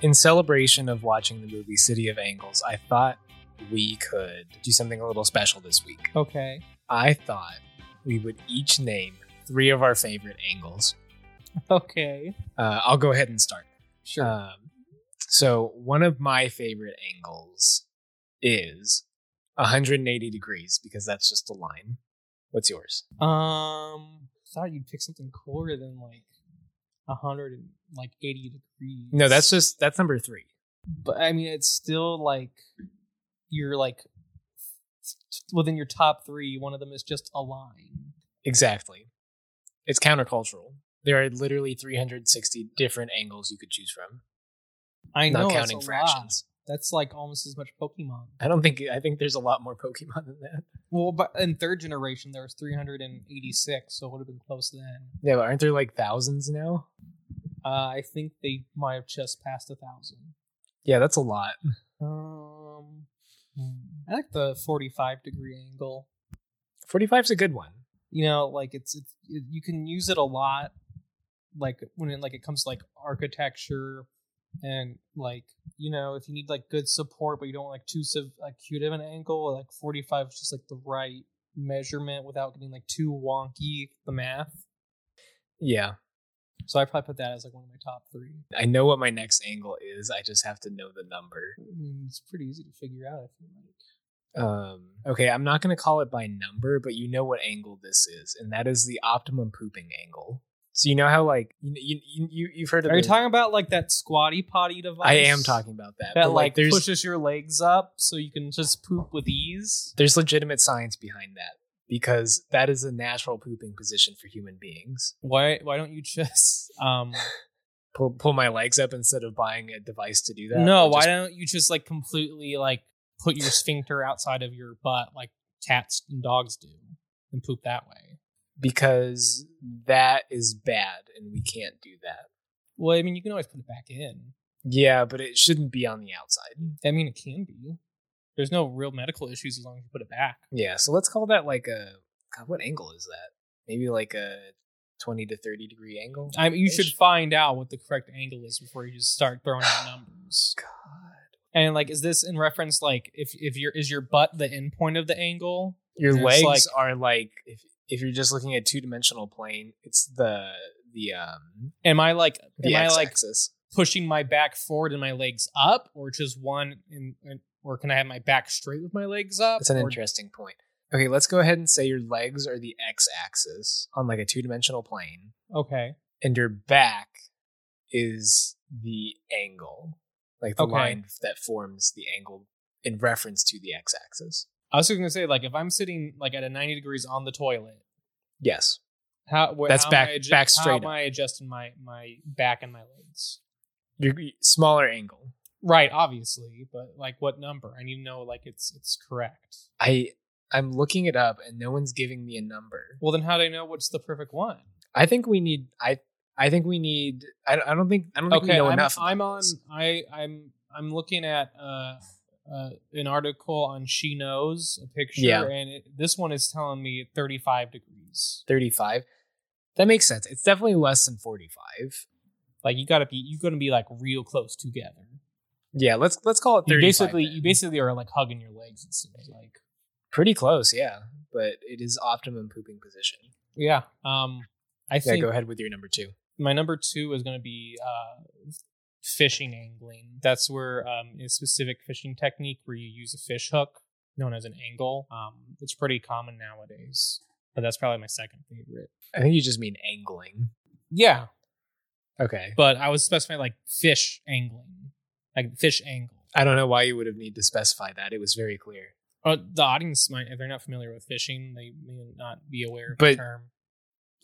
in celebration of watching the movie City of Angels, I thought we could do something a little special this week. Okay. I thought we would each name three of our favorite angles. Okay. Uh, I'll go ahead and start. Sure. Um, so, one of my favorite angles is 180 degrees because that's just a line. What's yours? um, thought you'd pick something cooler than like a hundred and like eighty degrees. No, that's just that's number three. But I mean, it's still like you're like within your top three. One of them is just a line. Exactly. It's countercultural. There are literally 360 different angles you could choose from, I know not it's counting a lot. fractions. That's like almost as much Pokemon. I don't think I think there's a lot more Pokemon than that. Well, but in third generation there was 386, so it would have been close then. Yeah, but aren't there like thousands now? Uh, I think they might have just passed a thousand. Yeah, that's a lot. Um, Hmm. I like the 45 degree angle. 45's a good one. You know, like it's, it's it, you can use it a lot, like when it, like it comes to like architecture, and like you know if you need like good support but you don't want like too sub- acute of an angle, like 45 is just like the right measurement without getting like too wonky the math. Yeah. So I probably put that as like one of my top three. I know what my next angle is. I just have to know the number. I mean, it's pretty easy to figure out. I feel like. Um, okay, I'm not going to call it by number, but you know what angle this is, and that is the optimum pooping angle. So you know how like you you you- you you've heard of Are you the- talking about like that squatty potty device? I am talking about that. that but, like, there's pushes your legs up so you can just poop with ease. there's legitimate science behind that because that is a natural pooping position for human beings. Why why don't you just um Pull pull my legs up instead of buying a device to do that. no, or why just- don't you just like completely like put your sphincter outside of your butt like cats and dogs do and poop that way? because that is bad and we can't do that. Well, I mean you can always put it back in. Yeah, but it shouldn't be on the outside. I mean it can be. There's no real medical issues as long as you put it back. Yeah, so let's call that like a God, what angle is that? Maybe like a twenty to thirty degree angle. I mean, you Ish. should find out what the correct angle is before you just start throwing out numbers. God. And like, is this in reference like if if your is your butt the end point of the angle? Your It's legs like- are like if if you're just looking at two dimensional plane, it's the the um Am I like the am I x like axis. pushing my back forward and my legs up, or just one and, and or can I have my back straight with my legs up? That's an or- interesting point. Okay, let's go ahead and say your legs are the x axis on like a two dimensional plane, Okay, and your back is the angle, like the Okay. line that forms the angle in reference to the x axis. I was just gonna say like if I'm sitting like at a ninety degrees on the toilet, Yes. how wh- That's how am back- I adju- back How straight am up. I adjusting my my back and my legs? Your smaller angle. Right, obviously, but like what number? I need to know like it's it's correct. I I'm looking it up and no one's giving me a number. Well, then how do I know what's the perfect one? I think we need I I think we need I, don't- I don't think I don't think Okay, we know I'm, enough. I'm about on. this. I I'm I'm looking at uh, uh an article on She Knows a picture, Yeah. and it, this one is telling me 35 degrees. 35. That makes sense. It's definitely less than 45. Like you gotta be you gonna be like real close together. Yeah, let's let's call it 35. You basically you then. basically are like hugging your legs. It seems like pretty close, yeah, but it is optimum pooping position. yeah. Um, I Yeah, think go ahead with your number 2. my number two is going to be uh, fishing angling. That's where um, a specific fishing technique where you use a fish hook known as an angle. Um, it's pretty common nowadays, but that's probably my second favorite. I think you just mean angling. Yeah, Okay. but I was specifying like fish angling, like fish angle. I don't know why you would have need to specify that. It was very clear. Uh, the audience might, if they're not familiar with fishing, they may not be aware of But- the term.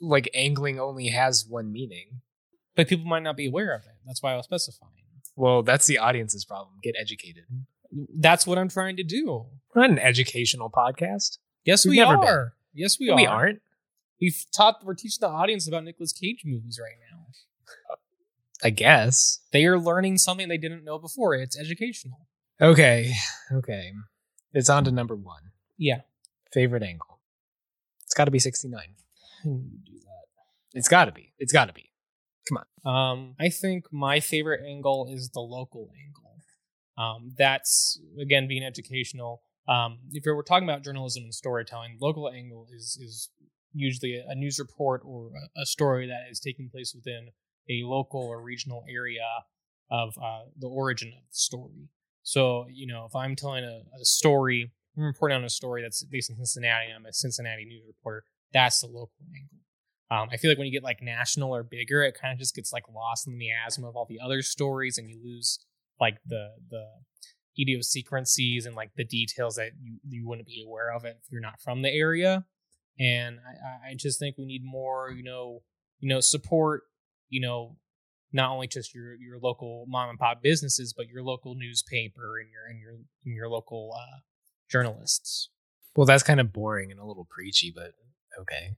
Like angling only has one meaning. But people might not be aware of it. That's why I was specifying. Well, that's the audience's problem. Get educated. That's what I'm trying to do. We're not an educational podcast. Yes, We've we never been. are. Yes, we We, are. aren't. We've taught we're teaching the audience about Nicolas Cage movies right now. I guess. They are learning something they didn't know before. It's educational. Okay. Okay. It's on to number one. Yeah. Favorite angle. It's got to be 69. I knew you'd do that. It's got to be. It's got to be. Come on. Um, I think my favorite angle is the local angle. Um, that's again being educational. Um, if we're talking about journalism and storytelling, local angle is is usually a news report or a, a story that is taking place within a local or regional area of uh, the origin of the story. So, you know, if I'm telling a, a story, I'm reporting on a story that's based in Cincinnati, and I'm a Cincinnati news reporter, that's the local angle. Um, I feel like when you get like national or bigger, it kind of just gets like lost in the miasma of all the other stories, and you lose like the the idiosyncrasies and like the details that you, you wouldn't be aware of if you're not from the area. And I, I just think we need more, you know, you know, support, you know, not only just your your local mom and pop businesses, but your local newspaper and your and your and your local uh, journalists. Well, that's kind of boring and a little preachy, but okay.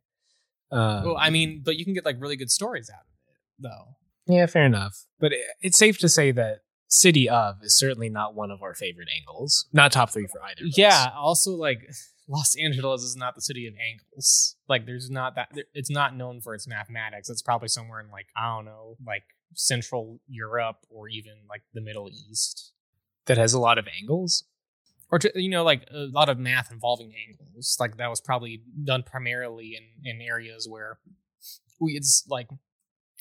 Um, well, I mean, but you can get like really good stories out of it, though. Yeah, fair enough. But it, it's safe to say that city of is certainly not one of our favorite angles. Not top three for either. Yeah. Also, like Los Angeles is not the city of angles. Like, there's not that. It's not known for its mathematics. It's probably somewhere in like I don't know, like Central Europe or even like the Middle East that has a lot of angles or you know like a lot of math involving angles like that was probably done primarily in in areas where we it's like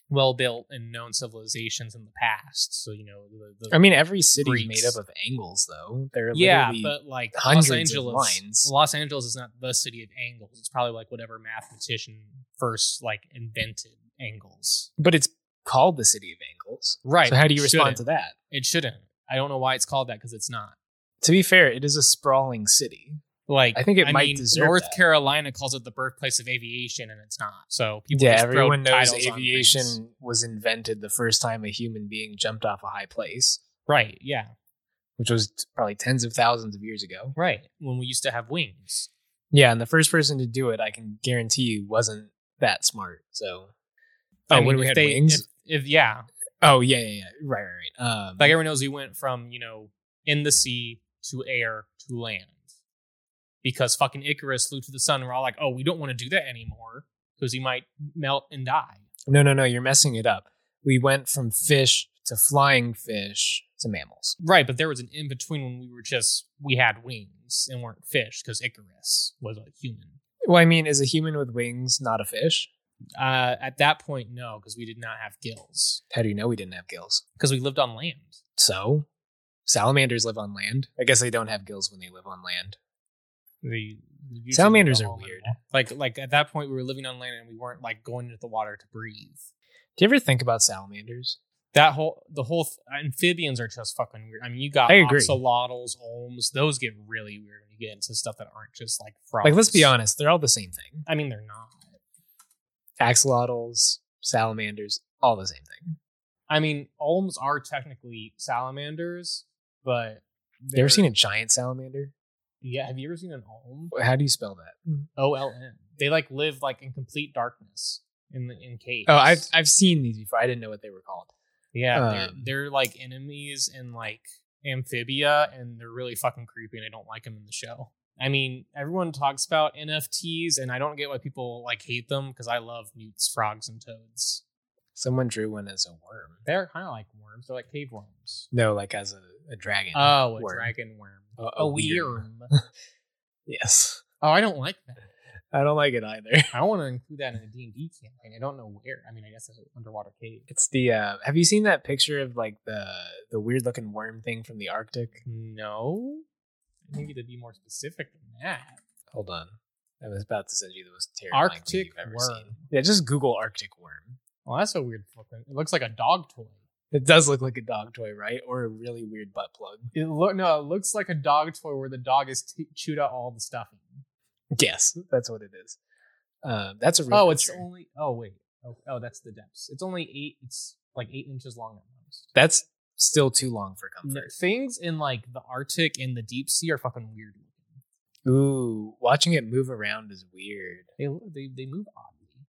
well built and known civilizations in the past so you know the, the i mean every city is made up of angles though they're yeah but like hundreds los angeles of lines. los angeles is not the city of angles it's probably like whatever mathematician first like invented angles but it's called the city of angles right so how do you It respond shouldn't. to that it shouldn't i don't know why it's called that because it's not to be fair it is a sprawling city Like I think it might mean, deserve North that. Carolina calls it the birthplace of aviation, and it's not. So people yeah, just throw everyone knows titles on things. aviation was invented the first time a human being jumped off a high place, Right? Yeah. which was t- probably tens of thousands of years ago. Right. When we used to have wings. Yeah, and the first person to do it, I can guarantee you, wasn't that smart. So, oh, I mean, when we if had they- wings. If, if yeah, oh, yeah, yeah, yeah. Right, right, right. Um, like everyone knows, we went from you know in the sea to air to land because fucking Icarus flew to the sun. We're all like, oh, we don't want to do that anymore because he might melt and die. no, no, no. You're messing it up. We went from fish to flying fish to mammals. Right, but there was an in between when we were just we had wings and weren't fish because Icarus was a human. Well, I mean, is a human with wings not a fish? Uh, at that point, no, because we did not have gills How do you know we didn't have gills? because we lived on land. So, salamanders live on land. I guess they don't have gills when they live on land. The usually Salamanders live are on weird. land. Like, like at that point, we were living on land and we weren't like going into the water to breathe. Do you ever think about salamanders? That whole, the whole th- amphibians are just fucking weird. I mean, you got I agree. axolotls, olms; those get really weird when you get into stuff that aren't just like frogs. Like, let's be honest, they're all the same thing. I mean, they're not. Axolotls, salamanders, all the same thing. I mean, olms are technically salamanders, but You they're- ever seen a giant salamander? Yeah, have you ever seen an olm? How do you spell that? Mm. OLM. They like live like in complete darkness in the, in caves. Oh, I've I've seen these before. I didn't know what they were called. yeah, um, they're, they're like enemies in like amphibia, and they're really fucking creepy, and I don't like them in the show. I mean, everyone talks about NFTs, and I don't get why people like hate them because I love newts, frogs, and toads. Someone drew one as a worm. They're kind of like worms. They're like cave worms. No, like as a, a dragon. Oh, a Worm. dragon worm. A- a worm. worm. yes. oh, I don't like that. I don't like it either. I want to include that in a D&D campaign. I don't know where. I mean, I guess it's an underwater cave. It's the uh have you seen that picture of like the the weird looking worm thing from the Arctic? No. I think you would be more specific than that. Hold on. I was about to send you the most terrifying thing Arctic you've ever worm. seen. Yeah, just Google Arctic worm. Well, Oh, that's a weird fucking. It looks like a dog toy. It does look like a dog toy, right? Or a really weird butt plug. It look no, it looks like a dog toy where the dog is t- chewed out all the stuffing. Yes, that's what it is. Um, that's a real Oh, it's picture. only. Oh wait. Oh, oh, that's the depths. It's only eight. It's like eight inches long at most. that's still too long for comfort. No, Things in like the Arctic and the deep sea are fucking weird. looking. Ooh, watching it move around is weird. They they they move oddly.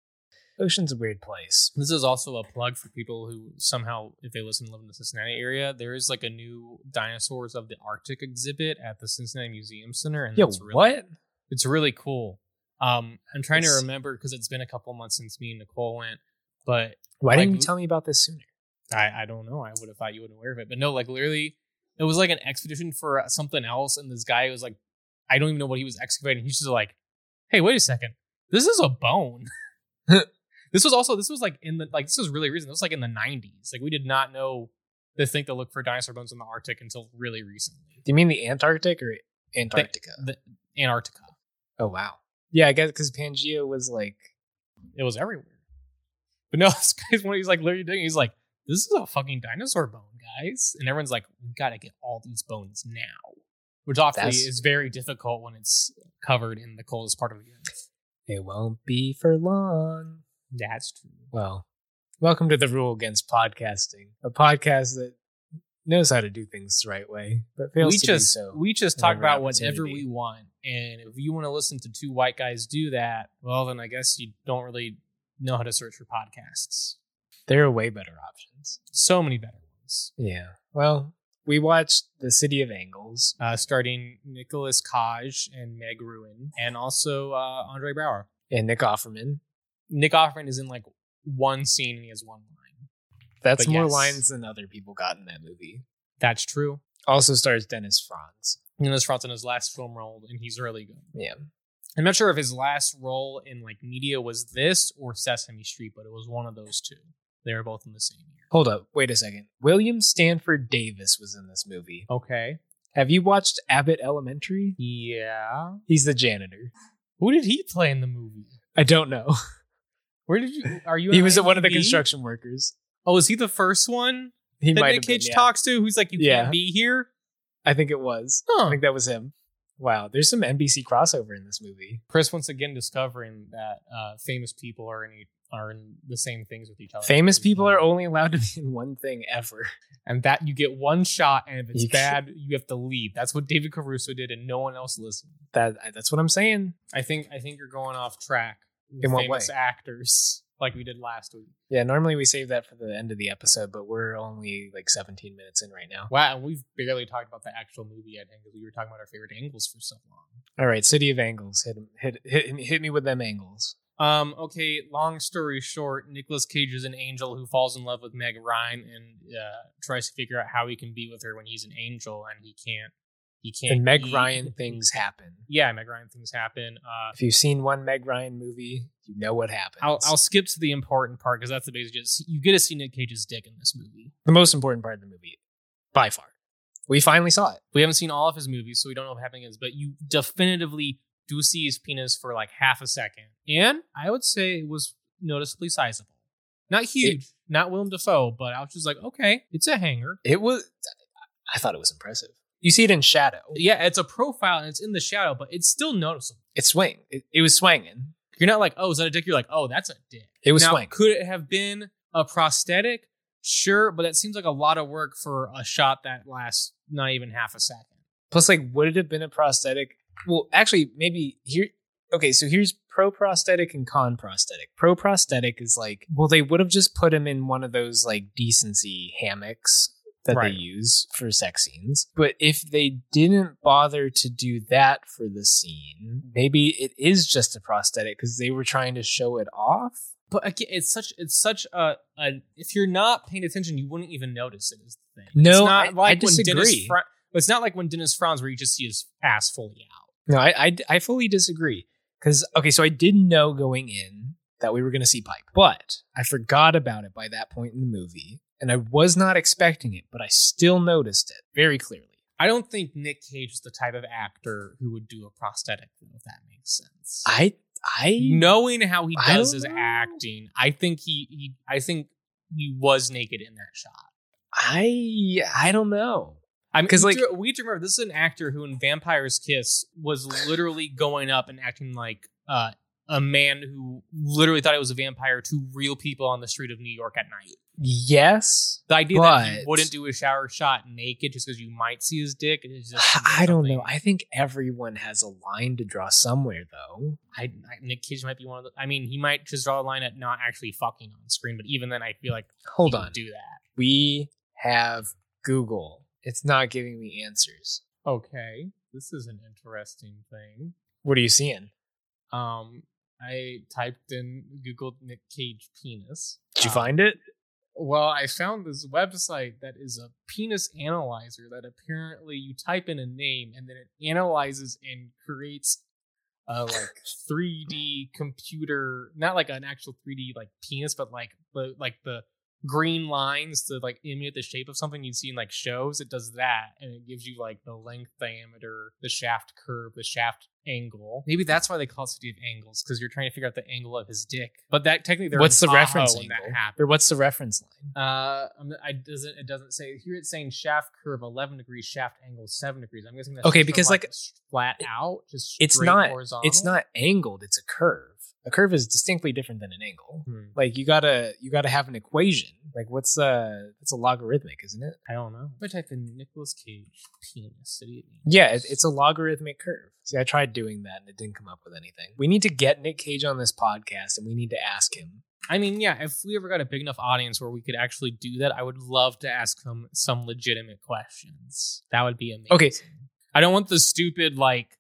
Ocean's a weird place. This is also a plug for people who somehow, if they listen, live in the Cincinnati area. There is like a new dinosaurs of the Arctic exhibit at the Cincinnati Museum Center, and Yo, that's Mm, really, what? It's really cool. Um, I'm trying to Yes. remember because it's been a couple months since me and Nicole went, But Why Like- didn't you tell me about this sooner? I, I don't know. I would have thought you would be aware of it, but no, like literally, it was like an expedition for uh, something else, and this guy was like, I don't even know what he was excavating. He's just like, hey, wait a second, this is a bone. this was also this was like in the like this was really recent. This was like in the '90s. Like we did not know the thing to look for dinosaur bones in the Arctic until really recently. Do you mean the Antarctic or Antarctica? The Antarctica. oh wow. Yeah, I guess because Pangea was like, It was everywhere. But no, this guy's when he's like literally digging, he's like, this is a fucking dinosaur bone, guys. And everyone's like, we gotta get all these bones now. Which obviously That's- is very difficult when it's covered in the coldest part of the earth. it won't be for long. That's true. Well, welcome to the Rule Against Podcasting, a podcast that knows how to do things the right way, but fails We to just do so. we just talk whenever about whatever opportunity. we want. And if you want to listen to two white guys do that, well then I guess you don't really know how to search for podcasts. there are way better options. So many better ones. Yeah. Well, we watched The City of Angles. Uh, starting Nicholas Kaj and Meg Ruin, and also uh, Andre Brower. and Nick Offerman. Nick Offerman is in like one scene and he has one line. That's But more yes. lines than other people got in that movie. That's true. Also stars Dennis Franz. Jonas Franz in his last film role, and he's really good. Yeah. I'm not sure if his last role in like media was this or Sesame Street, but it was one of those two. They were both in the same year. Hold up, wait a second. William Stanford Davis was in this movie. Okay. Have you watched Abbott Elementary? Yeah. He's the janitor. Who did he play in the movie? I don't know. Where did you? Are you? he was one of the IMDb? construction workers. Oh, is he the first one He that might Nick have been. Cage yeah. talks to? Who's like, you Yeah. can't be here. I think it was. I Huh. think that was him. Wow, there's some NBC crossover in this movie. Chris once again discovering that uh, famous people are in e, are in the same things with each other. Famous people are only allowed to be in one thing ever. and that you get one shot, and if it's You can't- bad, you have to leave. That's what David Caruso did, and no one else listened. That that's what I'm saying. I think I think you're going off track. with In what famous way? Actors like we did last week. Yeah, normally we save that for the end of the episode, but we're only like 17 minutes in right now. Wow, and we've barely talked about the actual movie. I think 'cause we were talking about our favorite angles for so long. All right, City of Angles, hit hit hit, hit me with them angles. Um, okay, long story short, Nicolas Cage is an angel who falls in love with Meg Ryan and uh, tries to figure out how he can be with her when he's an angel and he can't. He can't. And Meg eat. Ryan things happen. Yeah, Meg Ryan things happen. Uh, If you've seen one Meg Ryan movie, you know what happens. I'll, I'll skip to the important part because that's the basic. Just you get to see Nick Cage's dick in this movie. the most important part of the movie, by far. We finally saw it. We haven't seen all of his movies, so we don't know what happening is. But you definitively do see his penis for like half a second, and I would say it was noticeably sizable. Not huge, not Willem Dafoe, but I was just like, okay, it's a hanger. It was. I thought it was impressive. You see it in shadow. Yeah, it's a profile and it's in the shadow, but it's still noticeable. It swing. It, it was swinging. You're not like, oh, is that a dick? You're like, oh, that's a dick. It was now, swing. could it have been a prosthetic? Sure, but that seems like a lot of work for a shot that lasts not even half a second. Plus, like, would it have been a prosthetic? Well, actually, maybe here. Okay, so here's pro prosthetic and con prosthetic. Pro prosthetic is like, well, they would have just put him in one of those like decency hammocks that Right. they use for sex scenes. But if they didn't bother to do that for the scene, maybe it is just a prosthetic because they were trying to show it off. But again, it's such it's such a, a if you're not paying attention, you wouldn't even notice it. Is the thing? No, it's not I- I like when Dennis disagree. Fra- it's not like when Dennis frowns where you just see his ass fully out. No, I I, I fully disagree. Because okay, so I didn't know going in that we were going to see pipe, but I forgot about it by that point in the movie, and I was not expecting it, but I still noticed it very clearly. I don't think Nick Cage is the type of actor who would do a prosthetic. If that makes sense. I I knowing how he I does don't his know. acting, I think he, he I think he was naked in that shot. I I don't know. I mean, 'Cause, we like- do- we do remember this is an actor who in Vampire's Kiss was literally going up and acting like uh, a man who literally thought it was a vampire to real people on the street of New York at night. Yes, The idea that he But- wouldn't do a shower shot naked just because you might see his dick is just I don't something- know. I think everyone has a line to draw somewhere, though. I, I Nick Cage might be one of the. I mean, he might just draw a line at not actually fucking on screen, but even then, I feel like Hold he would on, do that. we have Google. It's not giving me answers. Okay, this is an interesting thing. What are you seeing? Um, I typed in Googled Nick Cage penis. Did you Uh, find it? Well, I found this website that is a penis analyzer that apparently you type in a name and then it analyzes and creates a like 3D computer, not like an actual 3D like penis, but like the like the green lines to like emulate the shape of something you see in like shows. It does that and it gives you like the length, diameter, the shaft curve, the shaft angle. Maybe that's why they call it city of angles because you're trying to figure out the angle of his dick. But that technically, they're What's in the Tahoe reference when that angle? happened. Or what's the reference line? Uh, I'm, I doesn't it doesn't say here. It's saying shaft curve eleven degrees, shaft angle seven degrees. I'm guessing that's Okay, just from, because, like, s- flat out, just it's straight not- horizontal. It's not angled, it's a curve. A curve is distinctly different than an angle. Hmm, Like you gotta you gotta have an equation. Like what's uh it's a logarithmic, isn't it? I don't know. I type in Nicholas Cage penis city. of angels. Yeah, it, it's a logarithmic curve. See, I tried doing that and it didn't come up with anything. We need to get Nick Cage on this podcast and we need to ask him. I mean, yeah. If we ever got a big enough audience where we could actually do that, I would love to ask him some legitimate questions. That would be amazing. Okay. I don't want the stupid like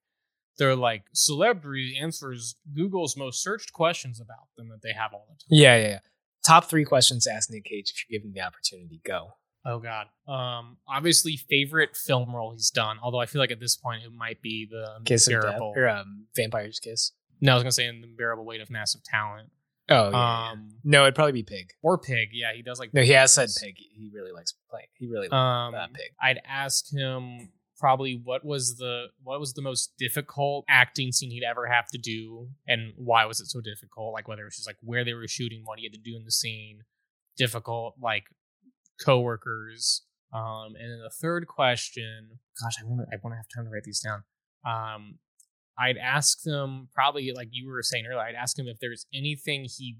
they're like celebrity answers Google's most searched questions about them that they have all the time. Yeah, yeah, yeah. Top three questions to ask Nick Cage if you're given the opportunity. Go. Oh God. Um. Obviously, favorite film role he's done. Although I feel like at this point it might be the Kiss of Death unbearable. or um, Vampire's Kiss. No, I was gonna say an unbearable weight of massive talent. Oh, yeah, yeah. um. no, it'd probably be Pig. Or Pig. Yeah, he does like. No, he has said those. Pig. He he really likes playing. He really likes Um. uh, Pig. I'd ask him probably what was the what was the most difficult acting scene he'd ever have to do and why was it so difficult like whether it was just like where they were shooting what he had to do in the scene difficult like coworkers um and then the third question gosh i want to i want to have time to write these down um i'd ask them probably like you were saying earlier i'd ask him if there's anything he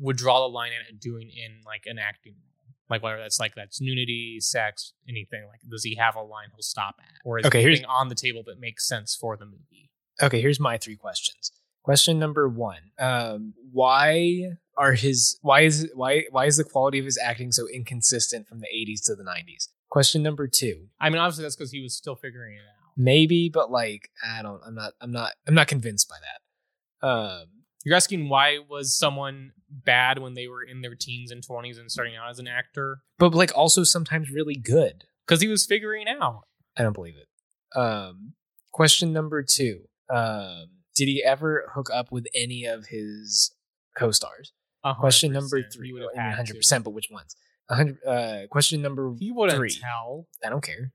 would draw the line at doing in like an acting role. like whether that's like that's nudity sex anything like does he have a line he'll stop at or is Okay, okay, here's- anything on the table that makes sense for the movie Okay, here's my three questions. Question number one: um, Why are his why is why why is the quality of his acting so inconsistent from the 80s to the 90s? Question number two: i mean obviously that's because he was still figuring it out Maybe, but like I don't. I'm not. I'm not. I'm not convinced by that. Um, you're asking why was someone bad when they were in their teens and 20s and starting out as an actor but like also sometimes really good. because he was figuring out I don't believe it. Um, question number two: um, Did he ever hook up with any of his co-stars? A hundred Question number percent. three. He would have had Hundred to. percent, but which ones? A hundred. Uh, question number. He wouldn't Three. tell. I don't care.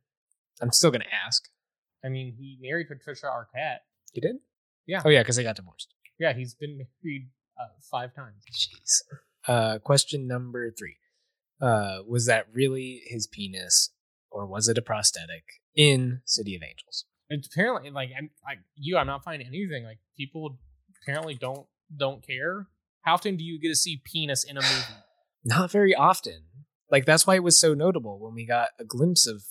I'm still gonna ask. I mean, he married Patricia Arquette. You did? Yeah. Oh yeah, because I got divorced. Yeah, he's been married uh, five times. Jeez. Uh, question number three: uh, Was that really his penis, or was it a prosthetic in City of Angels? It's apparently like I'm like you. I'm not finding anything. Like people apparently don't don't care. How often do you get to see penis in a movie? not very often. Like that's why it was so notable when we got a glimpse of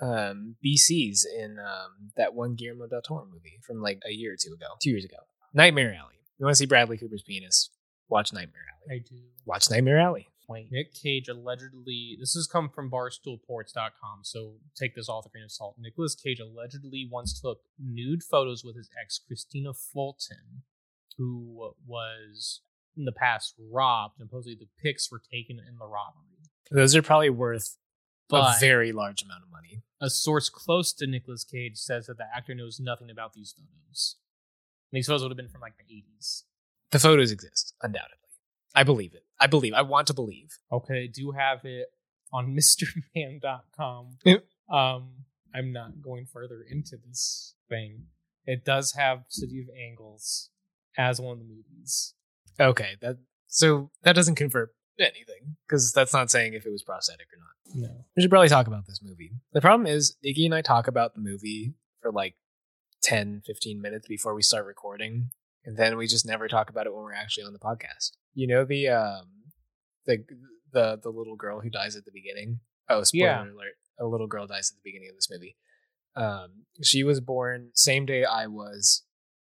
um, BCs in um, that one Guillermo del Toro movie from like a year or two ago, two years ago. Nightmare Alley. You want to see Bradley Cooper's penis? Watch Nightmare Alley. I do. Watch Nightmare Alley. Wait. Nick Cage allegedly. This has come from BarstoolPorts.com, so take this all with a grain of salt. Nicholas Cage allegedly once took nude photos with his ex Christina Fulton, who was in the past robbed, and supposedly the pics were taken in the robbery. Those are probably worth But a very large amount of money. a source close to Nicolas Cage says that the actor knows nothing about these photos. And these photos would have been from like the 80s. The photos exist, undoubtedly. I believe it. I believe. I want to believe. Okay, I do have it on MrMan.com. Yep. Um, I'm not going further into this thing. It does have City of Angles as one of the movies. Okay. That so that doesn't confirm anything because that's not saying if it was prosthetic or not. No. we should probably talk about this movie. The problem is, Iggy and I talk about the movie for like 10, 15 minutes before we start recording, and then we just never talk about it when we're actually on the podcast. You know the um the the the little girl who dies at the beginning. Oh, spoiler Yeah. alert. A little girl dies at the beginning of this movie. Um she was born same day I was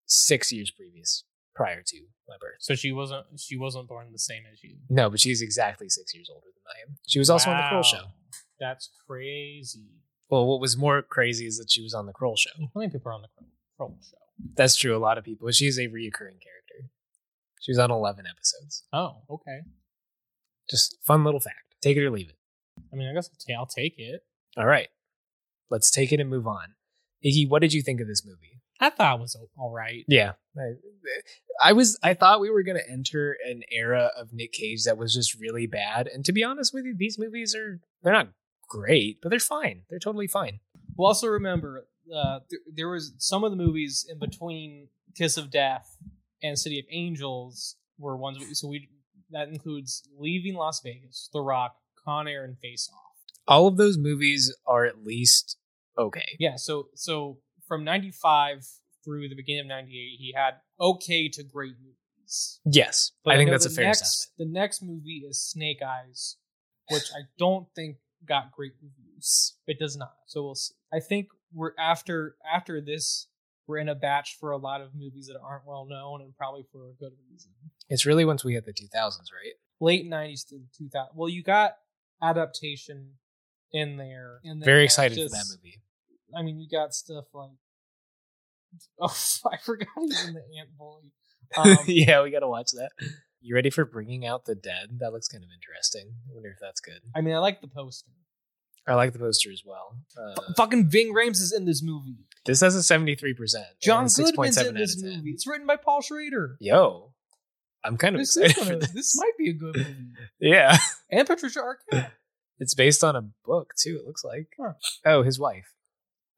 6 years previous prior to my birth. So she wasn't she wasn't born the same as you. No, but she's exactly 6 years older than I am. She was also on the Kroll Wow. show. That's crazy. Well, what was more crazy is that she was on the Kroll show. How many people are on the Kroll Kroll show? That's true. A lot of people. She's a reoccurring character. She was on 11 episodes. Oh, okay. Just fun little fact. Take it or leave it. I mean, I guess I'll, ta- I'll take it. All right. Let's take it and move on. Iggy, what did you think of this movie? I thought it was o- all right. Yeah. I, I was I thought we were going to enter an era of Nick Cage that was just really bad. And to be honest with you, these movies are they're not great, but they're fine. They're totally fine. Well, also remember, uh, th- there was some of the movies in between Kiss of Death and City of Angels were ones. We, so we that includes Leaving Las Vegas, The Rock, Con Air, and Face Off. All of those movies are at least okay. Yeah. So so from '95 through the beginning of '98, he had okay to great movies. Yes. But I think know that's a the fair next, assessment. The next movie is Snake Eyes, which I don't think got great reviews. It does not. So we'll see. I think we're after after this, we're in a batch for a lot of movies that aren't well known and probably for a good reason. It's really once we hit the 2000s, right? Late nineties through two thousand. Well, you got adaptation in there. And then Very that's excited for just- that movie. I mean, you got stuff like oh, I forgot he's in the Ant Bully. Um, yeah, we got to watch that. You ready for Bringing Out the Dead? That looks kind of interesting. I wonder if that's good. I mean, I like the poster. I like the poster as well. F- Uh, fucking Ving Rhames is in this movie. this has a 73%. John and a Goodman's 6.7 in out this of 10. movie. It's written by Paul Schrader. Yo, I'm kind of This, excited is for gonna- this. this might be a good movie. Yeah. And Patricia Arquette. It's based on a book, too, it looks like. Huh. Oh, his wife.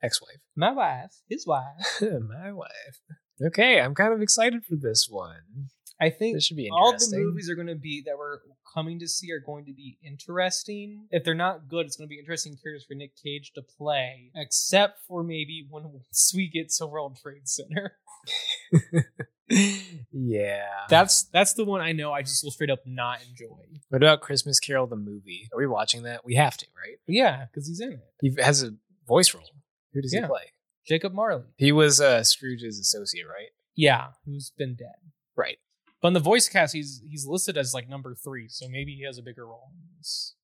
Ex wife. My wife, his wife. My wife. Okay, I'm kind of excited for this one. I think This should be all the interesting. movies are going to be that we're coming to see are going to be interesting. If they're not good, it's going to be interesting characters for Nick Cage to play, except for maybe when once we get to World Trade Center. yeah. That's that's the one I know I just will straight up not enjoy. what about Christmas Carol the movie? Are we watching that? We have to, right? Yeah, because he's in it. He has a voice role. Who does he Yeah. play? Jacob Marley. He was uh, Scrooge's associate, right? Yeah, who's been dead. Right. But in the voice cast, he's he's listed as like number three, so maybe he has a bigger role in this.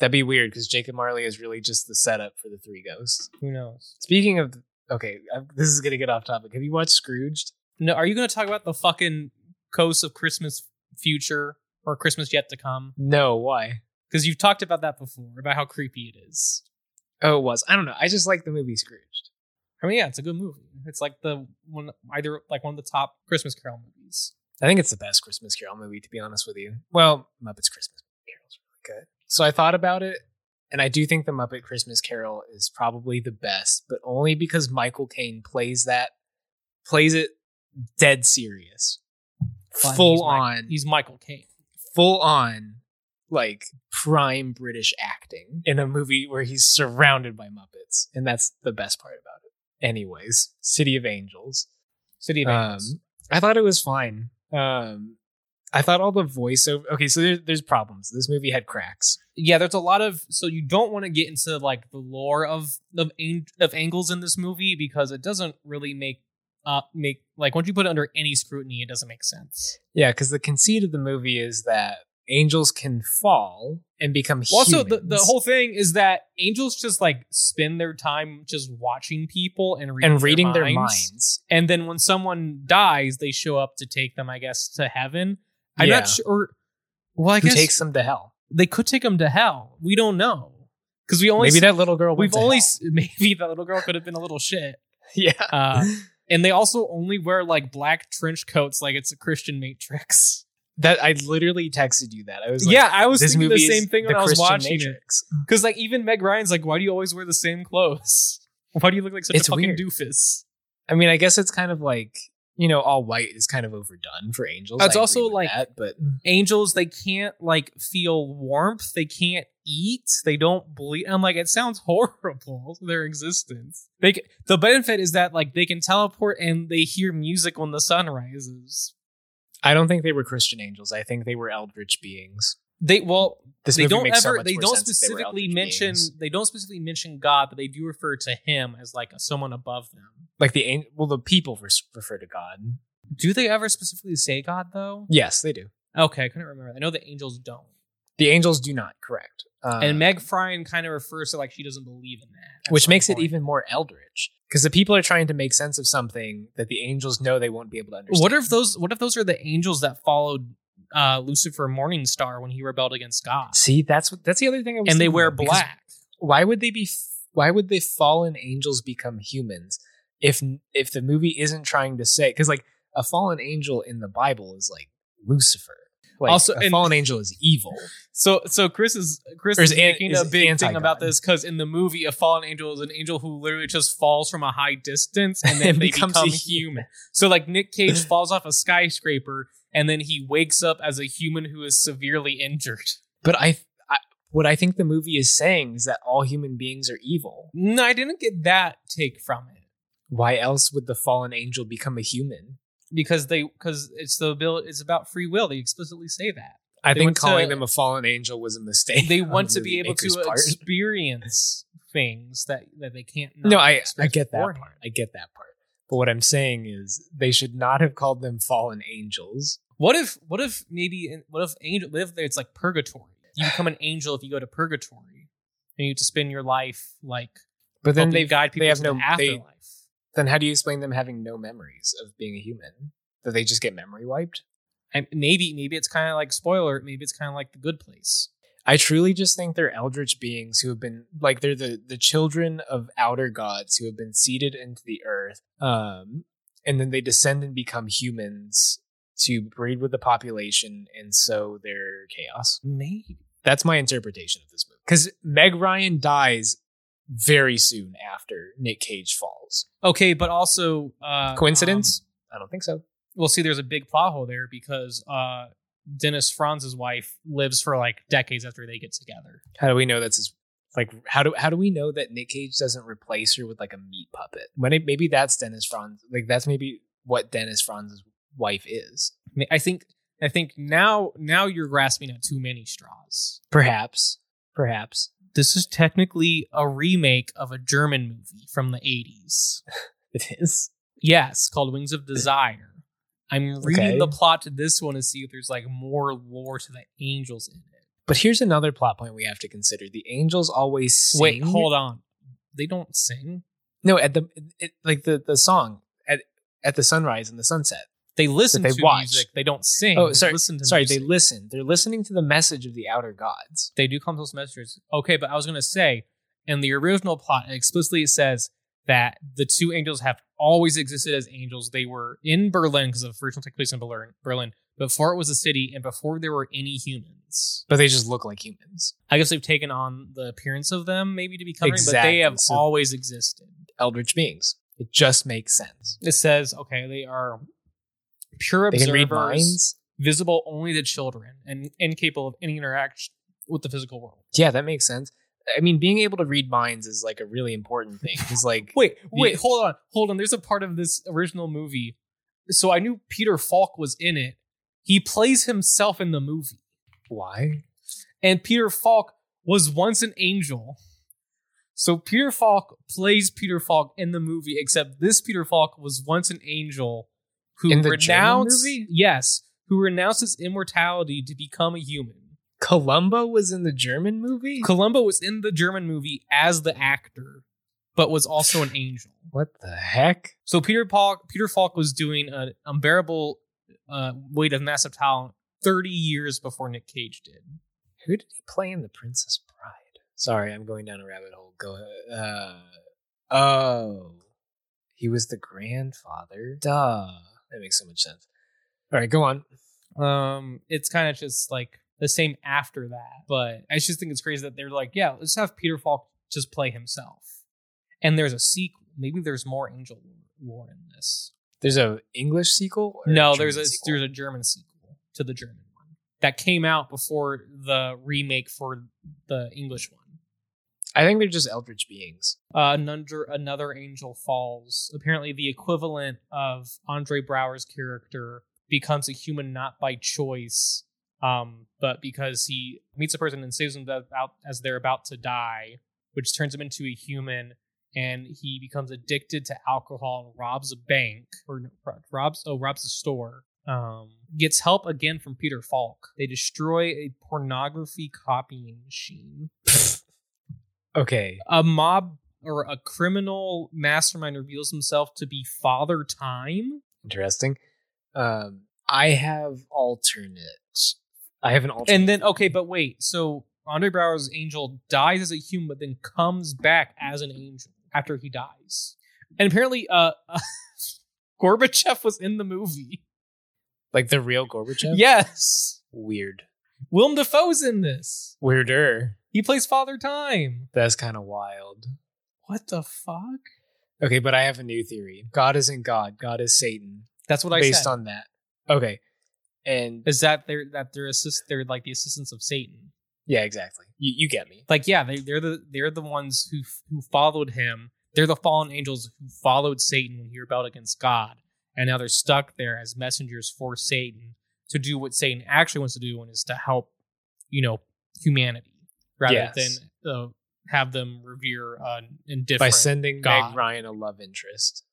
That'd be weird because Jacob Marley is really just the setup for the three ghosts. Who knows? Speaking of, okay, i this is gonna get off topic. Have you watched Scrooged? No, are you going to talk about the fucking coast of Christmas future or Christmas yet to come? No, why? Because you've talked about that before about how creepy it is. Oh, it was. I don't know. I just like the movie Scrooged. I mean, yeah, it's a good movie. It's like the one either like one of the top Christmas Carol movies. I think it's the best Christmas Carol movie, to be honest with you. Well, Muppets Christmas Carol's really good. So I thought about it, and I do think the Muppet Christmas Carol is probably the best, but only because Michael Caine plays that, plays it dead serious, Fun, he's full Mike- on. He's Michael Caine. full on like prime British acting in a movie where he's surrounded by Muppets. And that's the best part about it. Anyways, City of Angels. City of Um, Angels. I thought it was fine. Um, I thought all the voiceover. Okay, so there, there's problems. This movie had cracks. yeah, there's a lot of so you don't want to get into like the lore of of ang- of angles in this movie because it doesn't really make uh make like once you put it under any scrutiny, it doesn't make sense. Yeah, because the conceit of the movie is that angels can fall and become Well, humans. Also, the, the whole thing is that angels just like spend their time just watching people and reading and reading their, their minds. and then when someone dies, they show up to take them, I guess, to heaven. I'm Yeah. not sure. Well, I Who guess takes them to hell? they could take them to hell. We don't know because we only Maybe s- that little girl. went we've to only hell. s- maybe that little girl could have been a little shit. yeah. Uh, and they also only wear like black trench coats, like it's a Christian Matrix. That I literally texted you that. I was like, yeah, I was this thinking movie the is same thing the when I was Christian watching it. Matrix. Because like even Meg Ryan's like, why do you always wear the same clothes? Why do you look like such It's a fucking weird. doofus? I mean, I guess it's kind of like you know, all white is kind of overdone for angels. It's I agree also with like- that, but Angels, they can't like feel warmth. They can't eat. They don't bleed. I'm like, it sounds horrible. Their existence. They c- the benefit is that like they can teleport and they hear music when the sun rises. I don't think they were Christian angels. I think they were eldritch beings. They well, This they movie don't makes so ever much they more don't sense if they were specifically eldritch mention beings. they don't specifically mention God, but they do refer to him as like someone above them. like the an- well, the people res- refer to God. Do they ever specifically say God though? Yes, they do. Okay, I couldn't remember. I know the angels don't. The angels do not. Correct. Uh, and Meg Fryan kind of refers to like she doesn't believe in that, at which some makes it point. even more eldritch because the people are trying to make sense of something that the angels know they won't be able to understand. What if those? What if those are the angels that followed uh, Lucifer Morningstar when he rebelled against God? See, that's what, that's the other thing I was. And they thinking wear of, because black. Why would they be? f- Why would the fallen angels become humans if if the movie isn't trying to say because like a fallen angel in the Bible is like Lucifer. Like, Also- a and- fallen angel is evil. So, so Chris is Chris Or is is an- making is a big anti-God. thing about this because in the movie, a fallen angel is an angel who literally just falls from a high distance and then And they becomes become a human. So, like Nick Cage falls off a skyscraper and then he wakes up as a human who is severely injured. But I, I what I think the movie is saying is that all human beings are evil. No, I didn't get that take from it Why else would the fallen angel become a human? because they because it's the ability it's about free will. They explicitly say that. I They think want to- calling them a fallen angel was a mistake. they on want to movie be able maker's to part. experience things that that they can't. No, I, I experience get that beforehand. part. I get that part. But what I'm saying is they should not have called them fallen angels. What if what if maybe what if angel what if it's like purgatory? You become an angel if you go to purgatory, and you have to spend your life like But then helping they guide people have to no- the they- afterlife. then how do you explain them having no memories of being a human? That they just get memory wiped? And maybe maybe it's kind of like spoiler. Maybe it's kind of like the good place. I truly just think they're eldritch beings who have been like they're the the children of outer gods who have been seeded into the earth, um, and then they descend and become humans to breed with the population and sow their chaos. Maybe That's my interpretation of this movie because Meg Ryan dies very soon after Nick Cage falls. okay, but also uh, Coincidence? um, I don't think so. well, see, there's a big plot hole there because uh, Dennis Franz's wife lives for like decades after they get together. How do we know that's his? Like, how do how do we know that Nick Cage doesn't replace her with like a meat puppet? When it, maybe that's Dennis Franz. Like, that's maybe what Dennis Franz's wife is. I mean, I think I think now now you're grasping at too many straws. Perhaps, perhaps this is technically a remake of a German movie from the 80s. it is. Yes, called Wings of Desire. I'm reading Okay. the plot to this one to see if there's like more lore to the angels in it. But here's another plot point we have to consider: the angels always sing. Wait, hold on. They don't sing. No, at the it, like the the song at at the sunrise and the sunset. They listen But they to watch. music. They don't sing. Oh, They Listen to Sorry, music. they listen. They're listening to the message of the outer gods. they do come to those messages. Okay, but I was gonna say, in the original plot, it explicitly says that the two angels have always existed as angels. They were in Berlin because the first one took place in Berlin. Berlin before it was a city and before there were any humans. But they just look like humans. I guess they've taken on the appearance of them maybe to be covering, but they Exactly. have So- always existed. Eldritch beings. It just makes sense. It says, okay, they are pure They observers, can read minds. visible only to children, and incapable of any interaction with the physical world. Yeah, that makes sense. I mean, being able to read minds is like a really important thing. Because like, Wait, wait, Yeah. hold on, hold on. There's a part of this original movie. So I knew Peter Falk was in it. He plays himself in the movie. why? And Peter Falk was once an angel. So Peter Falk plays Peter Falk in the movie, except this Peter Falk was once an angel who In the German renounced movie? yes, who renounced his immortality to become a human. Columbo was in the German movie. Columbo was in the German movie as the actor, but was also an angel. what the heck? So Peter Falk, Peter Falk was doing an unbearable uh, weight of massive talent 30 years before Nick Cage did. Who did he play in The Princess Bride? Sorry, I'm going down a rabbit hole. Go. Uh, oh, he was the grandfather. Duh. That makes so much sense. All right, go on. Um, it's kind of just like the same after that, but I just think it's crazy that they're like, yeah, let's have Peter Falk just play himself. And there's a sequel. Maybe there's more angel lore in this. There's a English sequel. or no, German there's a sequel? there's a German sequel to the German one that came out before the remake for the English one. I think they're just eldritch beings. uh, another another angel falls. Apparently, the equivalent of Andre Brower's character becomes a human not by choice, um, but because he meets a person and saves them that- out as they're about to die, which turns him into a human. And he becomes addicted to alcohol and robs a bank or no, ro- robs oh robs a store um, gets help again from Peter Falk. They destroy a pornography copying machine. Okay. A mob or a criminal mastermind reveals himself to be Father Time. Interesting. Um, I have alternate. I have an alternate. And then, okay, but wait. So Andre Brower's angel dies as a human, but then comes back as an angel after he dies. And apparently, uh, Gorbachev was in the movie. like the real Gorbachev. Yes. Weird. Willem Dafoe's in this. Weirder. He plays Father Time. That's kind of wild. What the fuck? Okay, but I have a new theory. God isn't God. God is Satan. That's what I based said. on that. Okay. And is that they're that they're assist they're like the assistants of Satan. yeah, exactly. You, you get me. Like yeah, they they're the they're the ones who who followed him. They're the fallen angels who followed Satan when he rebelled against God, and now they're stuck there as messengers for Satan to do what Satan actually wants to do, and is to help, you know, humanity rather Yes. than uh, have them revere uh, indifferent. By sending God. Meg Ryan a love interest.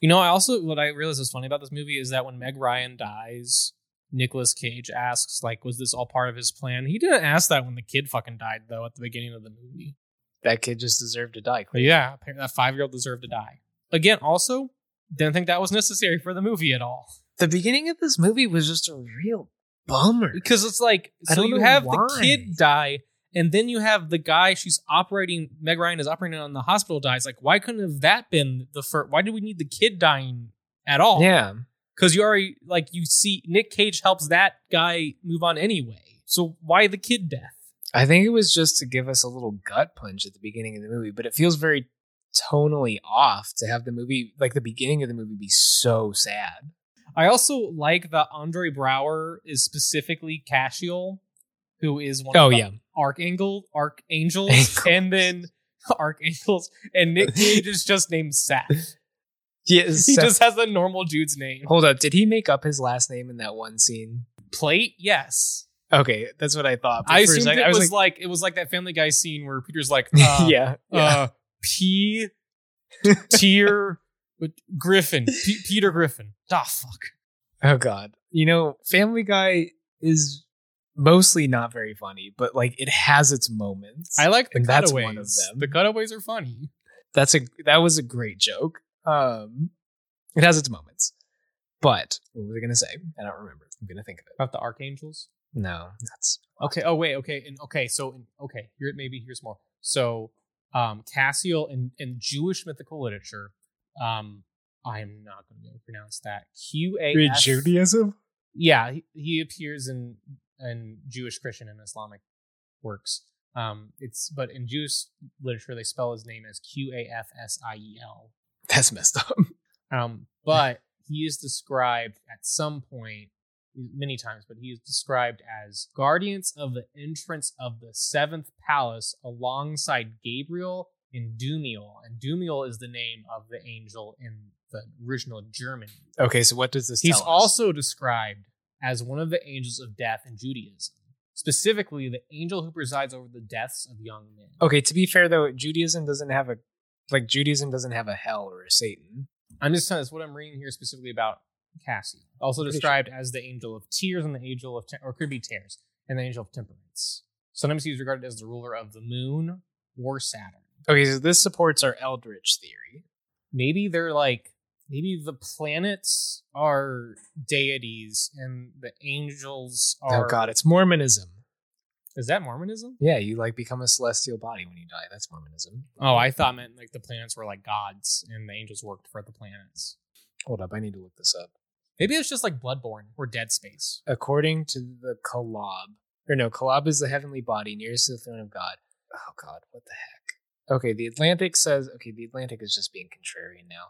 You know, I also what I realized is funny about this movie is that when Meg Ryan dies, Nicolas Cage asks, like, was this all part of his plan? He didn't ask that when the kid fucking died, though, at the beginning of the movie. That kid just deserved to die. But yeah, apparently that five year old deserved to die. Again, also, didn't think that was necessary for the movie at all. The beginning of this movie was just a real bummer. Because it's like, I so don't you know have the why. kid die, and then you have the guy she's operating, Meg Ryan is operating on in the hospital dies. Like, why couldn't have that been the first? Why do we need the kid dying at all? Yeah. because you already like you see Nick Cage helps that guy move on anyway. So why the kid death? I think it was just to give us a little gut punch at the beginning of the movie, but it feels very tonally off to have the movie, like the beginning of the movie, be so sad. I also like that Andre Brower is specifically Cassiel, who is one Oh, of the yeah. Archangel Archangels, Angels. and then Archangels, and Nick Cage is just named Seth. Yeah. He just has a normal dude's name. Hold up. Did he make up his last name in that one scene? Plate, yes. Okay. That's what I thought. but I for a assumed second, it I was, like, it was like that Family Guy scene where Peter's like, uh, yeah. yeah. uh, P tier Griffin, P- Peter Griffin. Ah, fuck. oh, God. You know, Family Guy is mostly not very funny, but like it has its moments. I like the And that's cutaways. one of them. The cutaways are funny. that's a that was a great joke. Um, it has its moments, but what was I gonna say? I don't remember. I'm gonna think of it. About the archangels. No, that's Okay. Oh wait. Okay. And okay. So and, okay. Here maybe here's more. So, um, Cassiel in in Jewish mythical literature, um, I am not going to be able to pronounce that. Q A S- Judaism. yeah he, he appears in in jewish christian and islamic works um it's but in jewish literature they spell his name as q-a-f-s-i-e-l That's messed up. um but he is described at some point many times but he is described as guardians of the entrance of the seventh palace alongside gabriel and dumiel and dumiel is the name of the angel in the original german Okay, so what does this? He's tell us? also described as one of the angels of death in Judaism, specifically the angel who presides over the deaths of young men. okay. To be fair though, Judaism doesn't have a like Judaism doesn't have a hell or a Satan. I'm just telling that's what I'm reading here specifically about Cassie. Also Pretty described as the angel of tears and the angel of, te- or could be tears, and the angel of temperance. Sometimes he's regarded as the ruler of the moon or Saturn. Okay, so this supports our Eldritch theory. Maybe they're like, maybe the planets are deities and the angels are. oh God, it's Mormonism. Is that Mormonism? Yeah, you like become a celestial body when you die. That's Mormonism. Oh, I thought meant like the planets were like gods and the angels worked for the planets. Hold up, I need to look this up. Maybe it's just like Bloodborne or Dead Space. according to the Kalab, or no, Kalab is the heavenly body nearest to the throne of God. Oh God, what the heck? Okay, the Atlantic says. Okay, the Atlantic is just being contrarian now.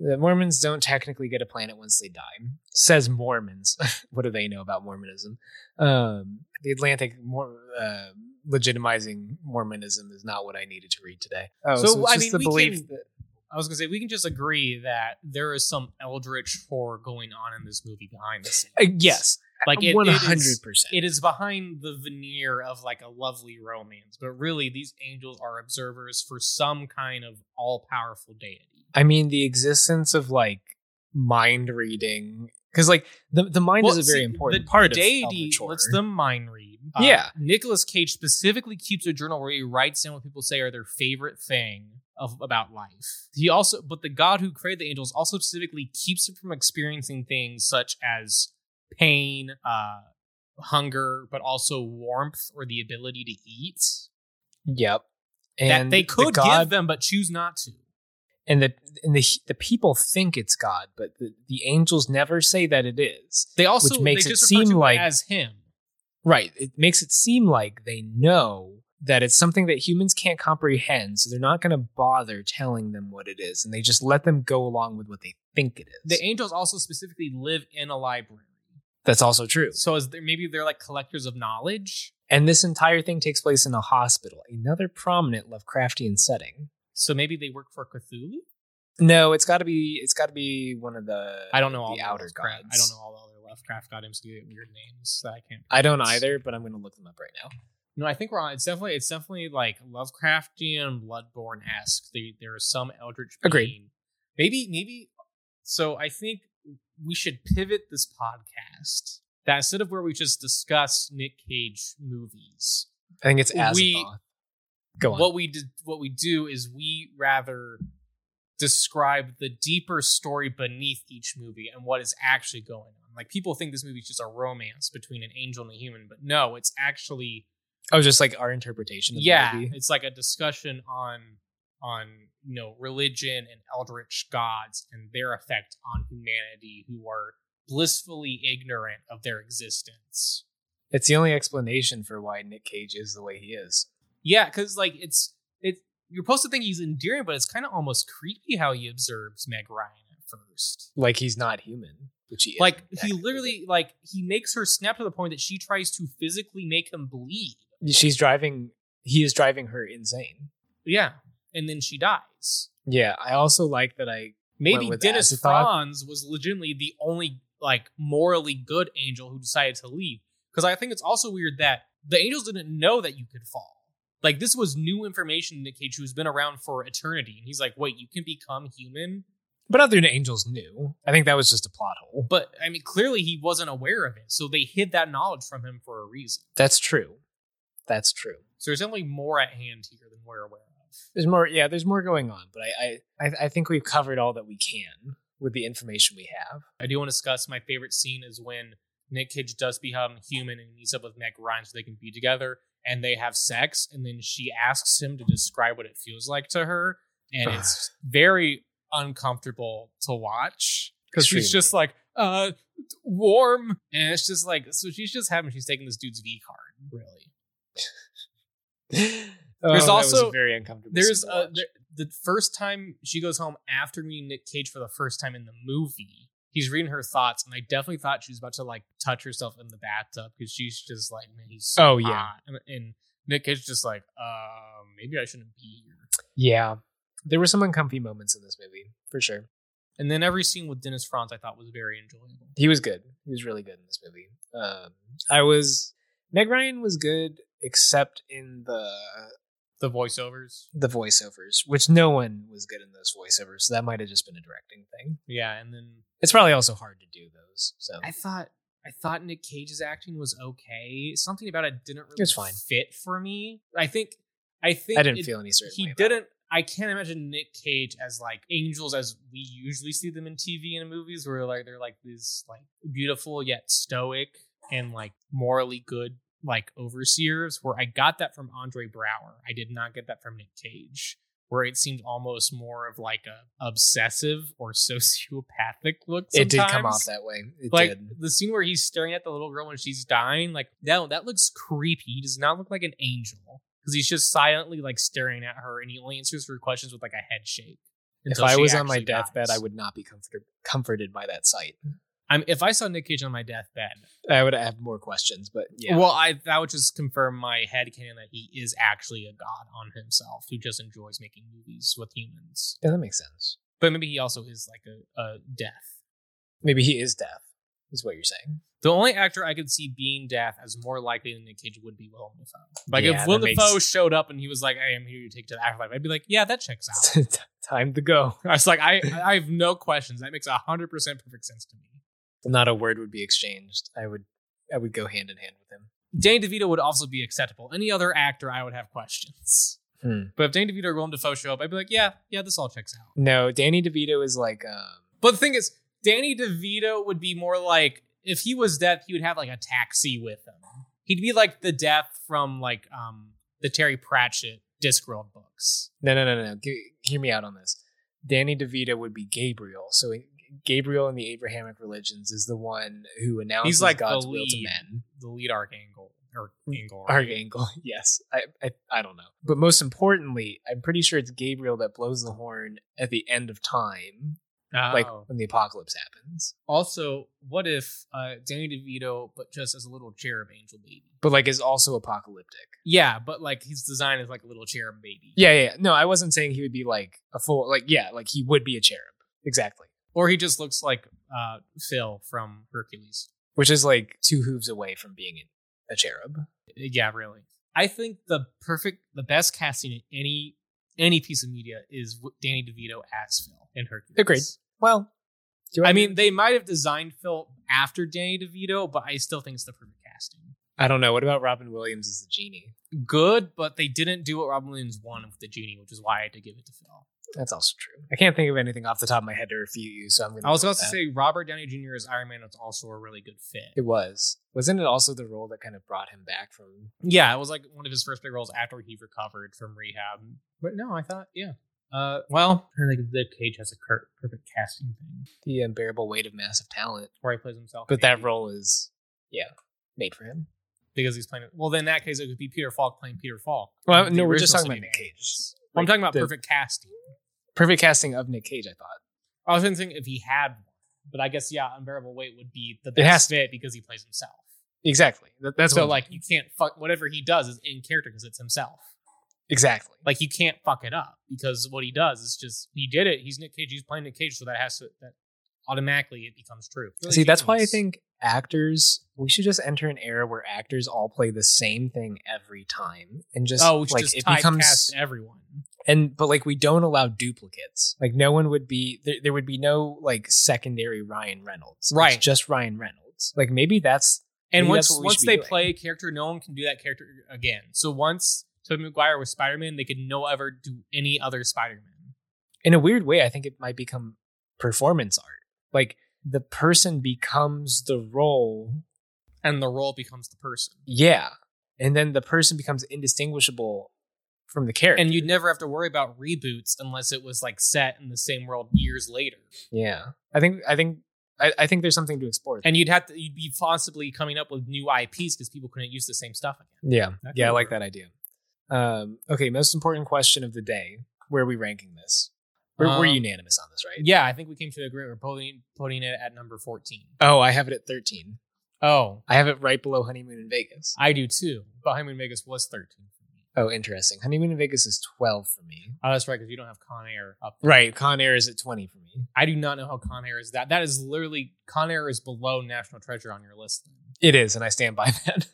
The Mormons don't technically get a planet once they die. Says Mormons. what do they know about Mormonism? Um, the Atlantic more, uh, legitimizing Mormonism is not what I needed to read today. Oh, So, so, it's I just mean, the we belief can- that I was gonna say we can just agree that there is some eldritch horror going on in this movie behind the scenes. Uh, yes, like it, one it hundred is. percent. It is behind the veneer of like a lovely romance, but really these angels are observers for some kind of all powerful deity. I mean, the existence of like mind reading because like the the mind Well, is a very see, important the, part the of, of deity the chore. Uh, lets them mind read. Yeah. Nicholas Cage specifically keeps a journal where he writes down what people say are their favorite thing of about life. He also, but the God who created the angels also specifically keeps them from experiencing things such as pain, uh, hunger, but also warmth or the ability to eat Yep. that And they the could god, give them but choose not to. and the and the the people think it's God, but the, the angels never say that it is. They also Which makes they it just refer seem to like- as him. Right. It makes it seem like they know that it's something that humans can't comprehend, so they're not going to bother telling them what it is, and they just let them go along with what they think it is. The angels also specifically live in a library. That's also true. So is there maybe they're like collectors of knowledge? And this entire thing takes place in a hospital, another prominent Lovecraftian setting. So maybe they work for Cthulhu. No, it's got to be it's got to be one of the I don't know all the the outer outer crap. I gods. don't know all the other Lovecraft goddamns who get weird names that I can't. I don't either, but I'm going to look them up right now. No, I think we're on. It's definitely it's definitely like Lovecraftian, Bloodborne esque. There is some Eldritch. Being. Agreed. Maybe maybe. So I think we should pivot this podcast. That instead of where we just discuss Nick Cage movies, I think it's Azathoth. We- Go on. What we did, what we do is we rather describe the deeper story beneath each movie and what is actually going on. Like people think this movie is just a romance between an angel and a human, but no, it's actually oh, just like our interpretation of yeah, the movie. it's like a discussion on on you know religion and eldritch gods and their effect on humanity who are blissfully ignorant of their existence. It's the only explanation for why Nick Cage is the way he is. Yeah, because like it's it you're supposed to think he's endearing, but it's kind of almost creepy how he observes Meg Ryan at first. Like he's not human, which he is. Like he technically, literally like he makes her snap to the point that she tries to physically make him bleed. but she's driving he is driving her insane. Yeah, and then she dies. Yeah, I also like that I Maybe with Dennis Azathoth? Franz was legitimately the only like morally good angel who decided to leave. Because I think it's also weird that the angels didn't know that you could fall. Like this was new information to Nick Cage, who's been around for eternity, and he's like, "Wait, you can become human." but other angels knew. I think that was just a plot hole. But I mean, clearly he wasn't aware of it, so they hid that knowledge from him for a reason. That's true. That's true. So there's definitely more at hand here than we're aware of. There's more yeah, there's more going on, but I I, I, I think we've covered all that we can with the information we have. I do want to discuss my favorite scene is when Nick Cage does become human and meets up with Meg Ryan so they can be together and they have sex, and then she asks him to describe what it feels like to her, and it's very uncomfortable to watch because she's Extremely. just like, uh, warm, and it's just like, so she's just having, she's taking this dude's V card, really. Um, that was also- a very uncomfortable. There's scene to a, watch. there, the first time she goes home after meeting Nick Cage for the first time in the movie. He's reading her thoughts, and I definitely thought she was about to like touch herself in the bathtub because she's just like, man, he's so Oh, yeah. hot." and, and Nick Cage just like, um, maybe I shouldn't be here. Yeah. There were some uncomfy moments in this movie, for sure. And then every scene with Dennis Franz I thought was very enjoyable. He was good. He was really good in this movie. Um, I was Meg Ryan was good, except in the The voiceovers, the voiceovers, which no one was good in those voiceovers. So that might have just been a directing thing. yeah, and then It's probably also hard to do those. So I thought I thought Nick Cage's acting was okay. Something about it didn't really It's fine. fit for me. I think I think I didn't it- feel any certain. way about he it. didn't i can't imagine nick cage as like angels as we usually see them in tv and movies where like they're like these like beautiful yet stoic and like morally good like overseers where i got that from andre brower i did not get that from nick cage where it seemed almost more of like a obsessive or sociopathic look It did come sometimes. off that way. It like did. the scene where he's staring at the little girl when she's dying like no that looks creepy he does not look like an angel because he's just silently like staring at her and he only answers her questions with like a head shake If until I she was on my actually deathbed, dies. I would not be comforted comforted by that sight. i'm if i saw nick cage on my deathbed I would have more questions, but yeah. well i that would just confirm my head canon that he is actually a god on himself who just enjoys making movies with humans yeah, that makes sense. but maybe he also is like a, a death Maybe he is deaf. Is what you're saying? The only actor I could see being deaf as more likely than Nick Cage would be Willem Dafoe. Like Yeah, if Willem that makes- Dafoe showed up and he was like, "I am here to take to the afterlife," I'd be like, "Yeah, that checks out." Time to go. I was like, "I I have no questions. That makes hundred percent perfect sense to me." Not a word would be exchanged. I would I would go hand in hand with him. Danny DeVito would also be acceptable. Any other actor, I would have questions. Hmm. But if Danny DeVito or Willem Dafoe show up, I'd be like, yeah, yeah, this all checks out. No, Danny DeVito is like um But the thing is, Danny DeVito would be more like if he was deaf, he would have like a taxi with him. He'd be like the deaf from like um the Terry Pratchett Discworld books. no no no no. no. G- hear me out on this. Danny DeVito would be Gabriel. So in- Gabriel in the Abrahamic religions is the one who announces like the God's will to lead. men. The lead archangel or Mm, angle. Archangel, yes. I, I I don't know. But most importantly, I'm pretty sure it's Gabriel that blows the horn at the end of time, like Oh. when the apocalypse happens. also, what if uh Danny DeVito, but just as a little cherub angel baby? But like is also apocalyptic. Yeah, but like his design is like a little cherub baby. Yeah, yeah, yeah. No, I wasn't saying he would be like a full like yeah, like he would be a cherub. Exactly. Or he just looks like uh Phil from Hercules. Which is like two hooves away from being a cherub. Uh, Yeah, really. I think the perfect, the best casting in any any piece of media is w- Danny DeVito as Phil in Hercules. Agreed. Well, do I mean, they might have designed Phil after Danny DeVito, but I still think it's the perfect casting. I don't know. What about Robin Williams as the genie? Good, but they didn't do what Robin Williams wanted with the genie, which is why I had to give it to Phil. That's also true. I can't think of anything off the top of my head to refute you, so I'm gonna. I was go about with to that. say Robert Downey Jr. as Iron Man was also a really good fit. it was. Wasn't it also the role that kind of brought him back from? Yeah, it was like one of his first big roles after he recovered from rehab. But no, I thought, yeah. Uh, well, I think Nick Cage has a cur- perfect casting thing. the unbearable weight of massive talent. where he plays himself. But that maybe, role is, yeah, made for him. because he's playing. Well, then in that case, it would be Peter Falk playing Peter Falk. Well, The no, we're just original talking about Nick Nick Cage. Well, I'm Like, talking about the perfect casting. perfect casting of Nick Cage. I thought I was thinking if he had one, but I guess yeah, unbearable weight would be the best has to- fit because he plays himself. exactly. That, that's so what- like you can't fuck whatever he does is in character because it's himself. exactly Like you can't fuck it up because what he does is just he did it. He's Nick Cage. He's playing Nick Cage, so that has to that automatically it becomes true. Really See, that's why I genius. think actors we should just enter an era where actors all play the same thing every time and just oh, we should like just it typecast becomes everyone. and but like we don't allow duplicates. Like no one would be there, there would be no like secondary Ryan Reynolds. It's Right. just Ryan Reynolds. Like maybe that's And Maybe once that's what we once should they be doing. play a character, no one can do that character again. So once Tobey Maguire was Spider Man, they could no ever do any other Spider Man. in a weird way I think it might become performance art. Like the person becomes the role And the role becomes the person. Yeah. And then the person becomes indistinguishable from the character. And you'd never have to worry about reboots unless it was like set in the same world years later. yeah. I think I think I, I think there's something to explore. And you'd have to you'd be possibly coming up with new IPs because people couldn't use the same stuff again. yeah. That Yeah, I could like work. that idea. Um okay, most important question of the day. Where are we ranking this? We're, we're Um, unanimous on this, right? Yeah, I think we came to agree. We're putting putting it at number fourteen. Oh, I have it at 13. Oh, I have it right below Honeymoon in Vegas. I do too. But Hyman Vegas was thirteen for me. Oh, interesting. Honeymoon in Vegas is 12 for me. Oh, that's right because you don't have Con Air up there. Right, Con Air is at 20 for me. I do not know how Con Air is that. That is literally Con Air is below National Treasure on your list. It is, and I stand by that.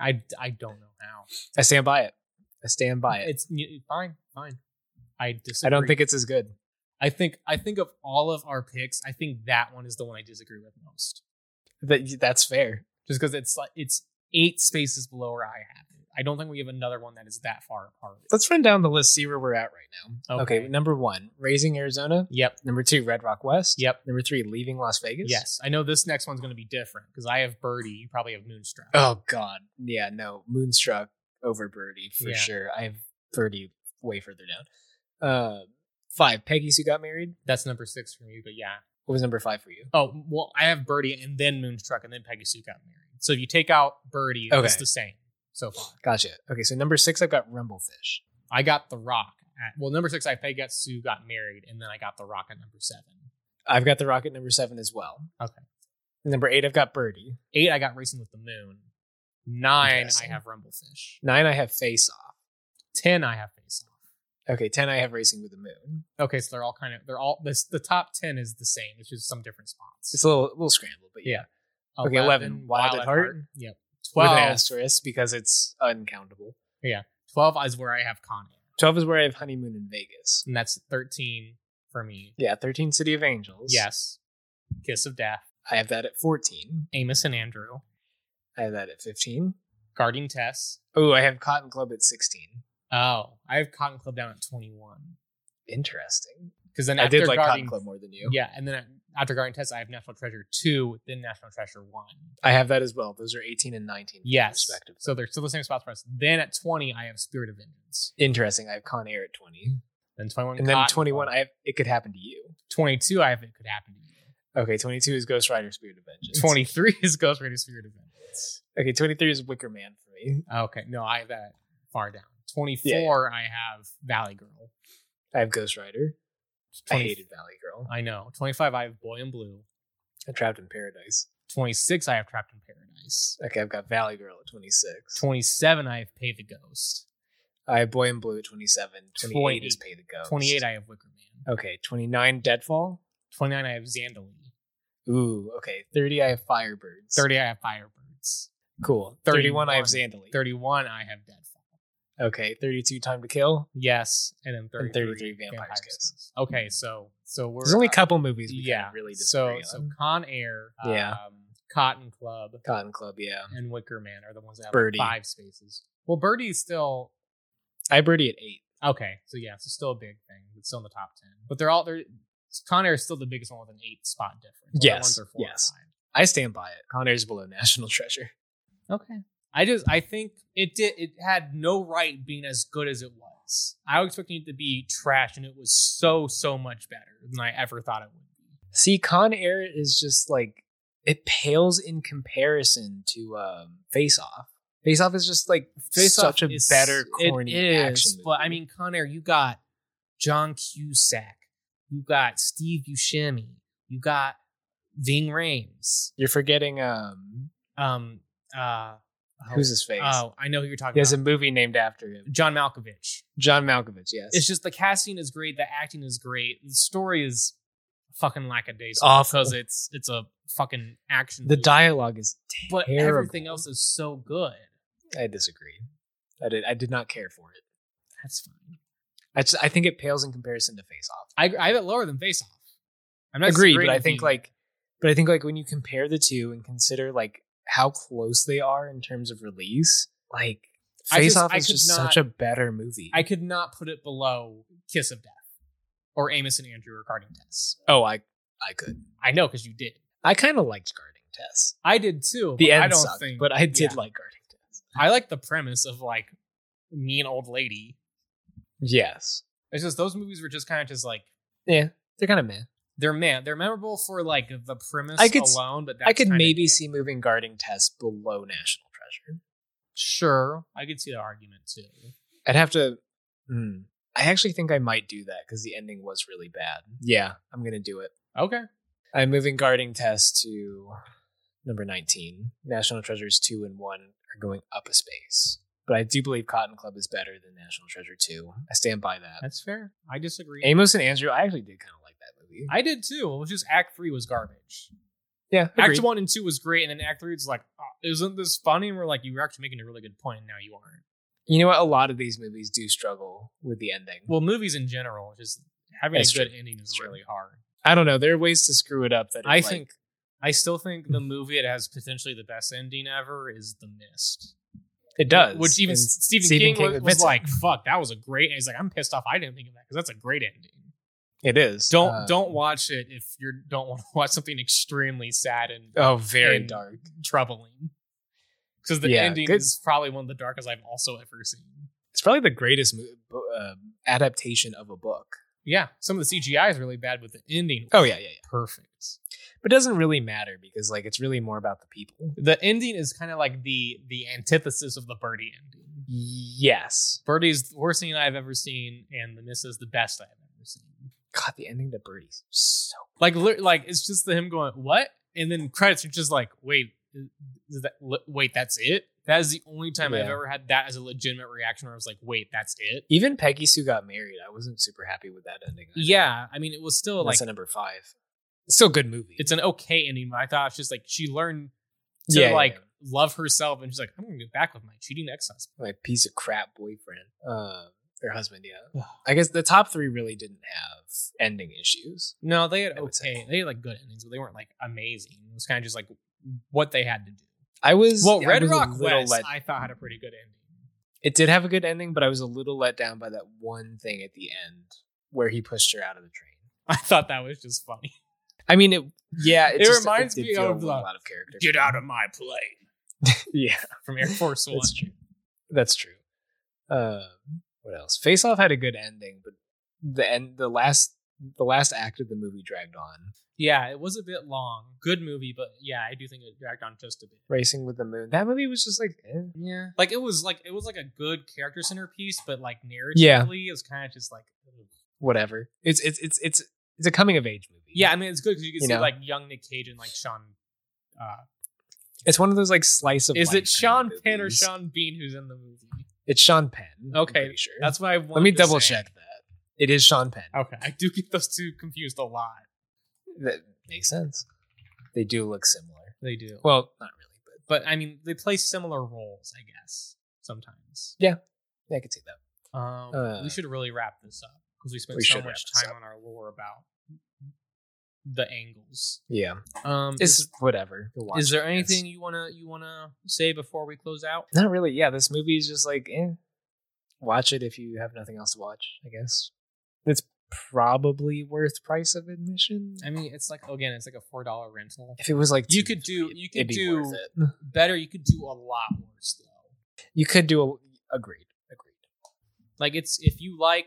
I, I don't know how. I stand by it. I stand by it. It's y- fine, fine. I disagree. I don't think it's as good. I think I think of all of our picks, I think that one is the one I disagree with most. That that's fair. Just because it's like it's eight spaces below where I have it. I don't think we have another one that is that far apart. Let's run down the list, see where we're at right now. Okay. Okay. number one, Raising Arizona. Yep. Number two, Red Rock West. Yep. Number three, Leaving Las Vegas. Yes. I know this next one's going to be different because I have Birdie. You probably have Moonstruck. Oh God. Yeah. No. Moonstruck over Birdie for Yeah. sure. I have Birdie way further down. Uh, five, Peggy Sue Got Married. That's number six for me, but yeah. What was number five for you? Oh, well, I have Birdie and then Moonstruck and then Peggy Sue got married. So if you take out Birdie, it's Okay. the same so far. Gotcha. Okay. So number six, I've got Rumblefish. I got The Rock. At, well, number six, I Peggy got Sue got married, and then I got The Rock at number seven. I've got The Rocket number seven as well. Okay. Number eight, I've got Birdie. Eight, I got Racing with the Moon. Nine, I Interesting. have Rumblefish. Nine, I have Face Off. Ten, I have Face Off. Okay. Ten, I have Racing with the Moon. Okay, so they're all kind of they're all this. The top ten is the same. It's just some different spots. It's a little, a little scrambled, but yeah. Yeah. Okay, 11, Wild at Heart. Yep. With an Twelve. asterisk because it's uncountable. Twelve is where I have Con Air, 12 is where I have honeymoon in Vegas. and that's thirteen for me. Yeah, 13 City of Angels. Yes. Kiss of Death. I have that at 14. Amos and Andrew, I have that at 15. guarding Tess. Oh, I have Cotton Club at 16. Oh, I have Cotton Club down at twenty one. Interesting. Because then I after did like guarding, Cotton Club more than you. yeah, and then after guarding Tess, I have National Treasure two, then National Treasure one. I have that as well. Those are 18 and 19 Yes. respectively. So they're still the same spots for us. Then at 20, I have Spirit of Vengeance. Interesting. I have Con Air at 20. Then 21. And then Cotton 21, Club. I have It Could Happen to You. 22, I have It Could Happen to You. Okay, 22 is Ghost Rider Spirit of Vengeance. 23 is Ghost Rider Spirit of Vengeance. Okay, 23 is Wicker Man for me. Okay. No, I have that far down. 24, I have Valley Girl. I have Ghost Rider. 20 I hated Valley Girl. I know. 25, I have Boy in Blue. I trapped in Paradise. 26, I have Trapped in Paradise. Okay, I've got Valley Girl at 26. 27, I have Pay the Ghost. I have Boy in Blue at 27. 28 is Pay the Ghost. 28, I have Wicker Man. Okay, 29 Deadfall. 29, I have Xandalee. Ooh, okay. 30 I have Firebirds. 30, I have Firebirds. Cool. 31, I have Xandalee. 31, I have Deadfall. Okay, 32 Time to Kill. Yes, and then 33, And 33 Vampire's Vampire's Kiss. Kiss. Okay, so so we're There's only a uh, couple movies we yeah, can really so disagree so on. Con Air, um, Yeah. Cotton Club, Cotton Club, yeah. and Wicker Man are the ones that have Birdie. like five spaces. Well, Birdie's still I have Birdie at 8. okay, so yeah, so still a big thing. It's still in the top ten, but they're all they're Con Air is still the biggest one with an eight spot difference. The other Yes, ones are four and yes. five. I stand by it. Con Air's below National Treasure. Okay. I just I think it did it had no right being as good as it was. I was expecting it to be trash and it was so so much better than I ever thought it would be. See, Con Air is just like it pales in comparison to um, Face Off. Face Off is just like Face such Off a is- better corny it is, action. Movie. But I mean, Con Air, you got John Cusack, you got Steve Buscemi, you got Ving Rhames. you're forgetting um, Um, uh, who's his face? Oh, I know who you're talking he has a about. movie named after him. John Malkovich. John Malkovich. Yes, It's just the casting is great, the acting is great, the story is fucking lackadaisical awful. because it's it's a fucking action. The movie. dialogue is but terrible. everything else is so good. I disagree. I did. I did not care for it. That's fine. I just, I think it pales in comparison to Face Off. I I have it lower than Face Off. I'm not Agreed, but disagreeing I with think you. like, but I think like when you compare the two and consider like how close they are in terms of release, like I Face just- Off I is could just not- such a better movie. I could not put it below Kiss of Death or Amos and Andrew regarding Tess. oh, I I could. I know because you did. I kind of liked Guarding Tess. I did too. The but end I don't sucked, think, but I did yeah. like Guarding Tess. I like the premise of like mean old lady. Yes, It's just those movies were just kind of just like they're kind of meh. they're man they're memorable for like the premise I could s- alone. But that's I could kinda maybe it. see moving Guarding Tess below National Treasure. sure I could see the argument too. I'd have to. Hmm. I actually think I might do that because the ending was really bad. Yeah, I'm gonna do it. Okay, I'm moving guarding test to number 19. National Treasures 2 and 1 are going up a space. But I do believe Cotton Club is better than National Treasure 2. I stand by that. that's fair. I disagree. Amos and Andrew, I actually did kind of like that movie. I did too. It was just Act Three was garbage. yeah, Act One and Two was great, and then Act Three was like, "Oh, isn't this funny? And we're like, you were actually making a really good point, and now you aren't. You know what? A lot of these movies do struggle with the ending. well movies in general just having That's a good true. ending is That's true. really hard I don't know. There are ways to screw it up that are, i like- think i still think Mm-hmm. the movie that has potentially the best ending ever is the mist it does. which even And S- stephen, king, was, was admits it. like fuck that was a great he's like i'm pissed off i didn't think of that because that's a great ending it is. don't Um, don't watch it if you don't want to watch something extremely sad and Oh, very and dark. troubling because the Yeah, ending good- is probably one of the darkest i've also ever seen It's probably the greatest mo- bo- uh, adaptation of a book. yeah some of the cgi is really bad but the ending Oh, yeah, yeah, yeah. perfect But it doesn't really matter because like it's really more about the people. the ending is kind of like the the antithesis of the birdie ending. Yes. Birdie's the worst thing I've ever seen, and the miss is the best I've ever seen. God, the ending to Birdie's so Like lit- like it's just the him going what, and then credits are just like wait, is that, li- wait that's it. That is the only time I've Yeah. ever had that as a legitimate reaction where I was like wait that's it. even Peggy Sue got married. I wasn't super happy with that ending. either. Yeah, I mean it was still that's like a number five. It's still a good movie. it's an okay ending. But I thought it's just like she learned to Yeah, yeah, like yeah. love herself, and she's like I'm gonna get back with my cheating ex husband. my piece of crap boyfriend. Uh or husband, yeah. I guess the top three really didn't have ending issues. No, they had I would say. okay. They had like good endings, but they weren't like amazing. It was kind of just like what they had to do. I was Well, I Red was a Rock little West, let- I thought had a pretty good ending. it did have a good ending, but I was a little let down by that one thing at the end where he pushed her out of the train. I thought that was just funny. I mean, it yeah, it, It just- reminds did me feel of uh, a little the- out of character. of my plane yeah, from Air Force One. that's true. That's true. Uh, what else? Face Off had a good ending, but the end, the last, the last act of the movie dragged on. Yeah, it was a bit long. Good movie, but yeah, I do think it dragged on just a bit. Racing with the Moon. That movie was just like, eh, yeah, Like it was like it was like a good character centerpiece, but like narratively, Yeah. it was kind of just like ugh. whatever. It's it's it's it's it's a coming of age movie. yeah. I mean, it's good because you can You see know? like young Nick Cage and like Sean. Uh, it's one of those like slice of. life is kind it of Sean Penn or movies. Sean Bean who's in the movie? It's Sean Penn. I'm Okay, pretty sure. That's why I wanted Let me to double say. check that. It is Sean Penn. Okay, I do get those two confused a lot. That makes sense. They do look similar. They do. Well, Well, not really, but but I mean, they play similar roles, I guess. Sometimes. yeah, I could see that. Um, Uh, we should really wrap this up because we spent we so should much wrap this time on our lore about the angles. Yeah, Um, it's is, whatever. You'll watch is there it, I guess. anything you wanna you wanna say before we close out? Not really. Yeah, this movie is just like, eh. Watch it if you have nothing else to watch. I guess it's probably worth price of admission. I mean, it's like again, it's like a four dollar rental. If it was like You two could to three, do- you it'd could be do- worth it. Better, you could do a lot worse though. You could do a agreed, agreed. Like it's if you like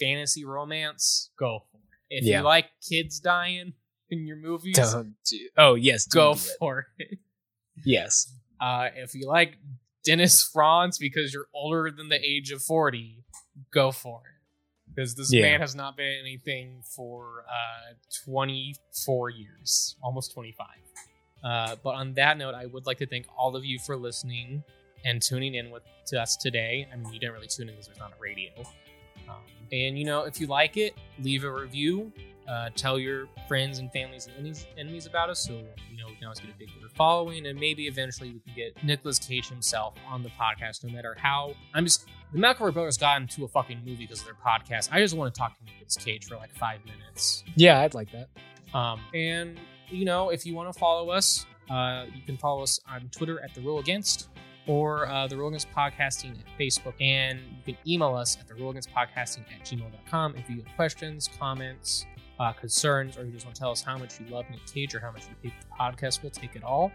fantasy romance, go for it. If Yeah. you like kids dying in your movies, Don't do. Oh yes, don't go do it. for it. Yes, Uh, if you like Dennis Franz because you're older than the age of forty, go for it. Because this Yeah. man has not been anything for uh, 24 years, almost 25. Uh, but on that note, I would like to thank all of you for listening and tuning in with to us today. I mean, you didn't really tune in because there's not a radio. Um, and you know, if you like it, leave a review. Uh, tell your friends and families and enemies, enemies about us, so you know we can always get a bigger following, and maybe eventually we can get Nicolas Cage himself on the podcast. No matter how, I'm just the McElroy brothers got into a fucking movie because of their podcast. I just want to talk to Nicolas Cage for like five minutes. yeah, I'd like that. Um, and you know, if you want to follow us, uh, you can follow us on Twitter at the Rule Against or uh, the Rule Against Podcasting at Facebook, and you can email us at the Rule Against Podcasting at gmail.com if you have questions, comments, uh, concerns, or you just want to tell us how much you love Nick Cage or how much you hate the podcast. We'll take it all.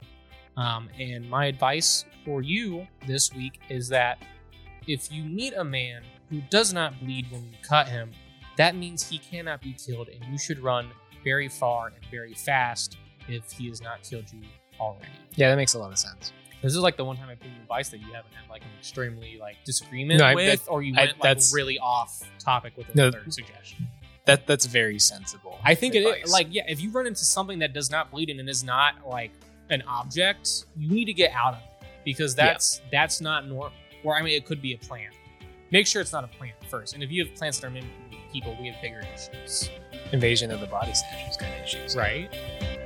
Um, and my advice for you this week is that if you meet a man who does not bleed when you cut him, that means he cannot be killed, and you should run very far and very fast if he has not killed you already. Yeah, that makes a lot of sense. This is like the one time I've given you advice that you haven't had like an extremely like disagreement No, I- with, or you I- went like that's- really off topic with No. another suggestion. That that's very sensible. I think it is advice. like yeah, if you run into something that does not bleed in and is not like an object, you need to get out of it because Yeah. that's that's not normal. Or I mean, it could be a plant. Make sure it's not a plant first. And if you have plants that are mimicking people, we have bigger issues, invasion of the body snatchers kind of issues. right?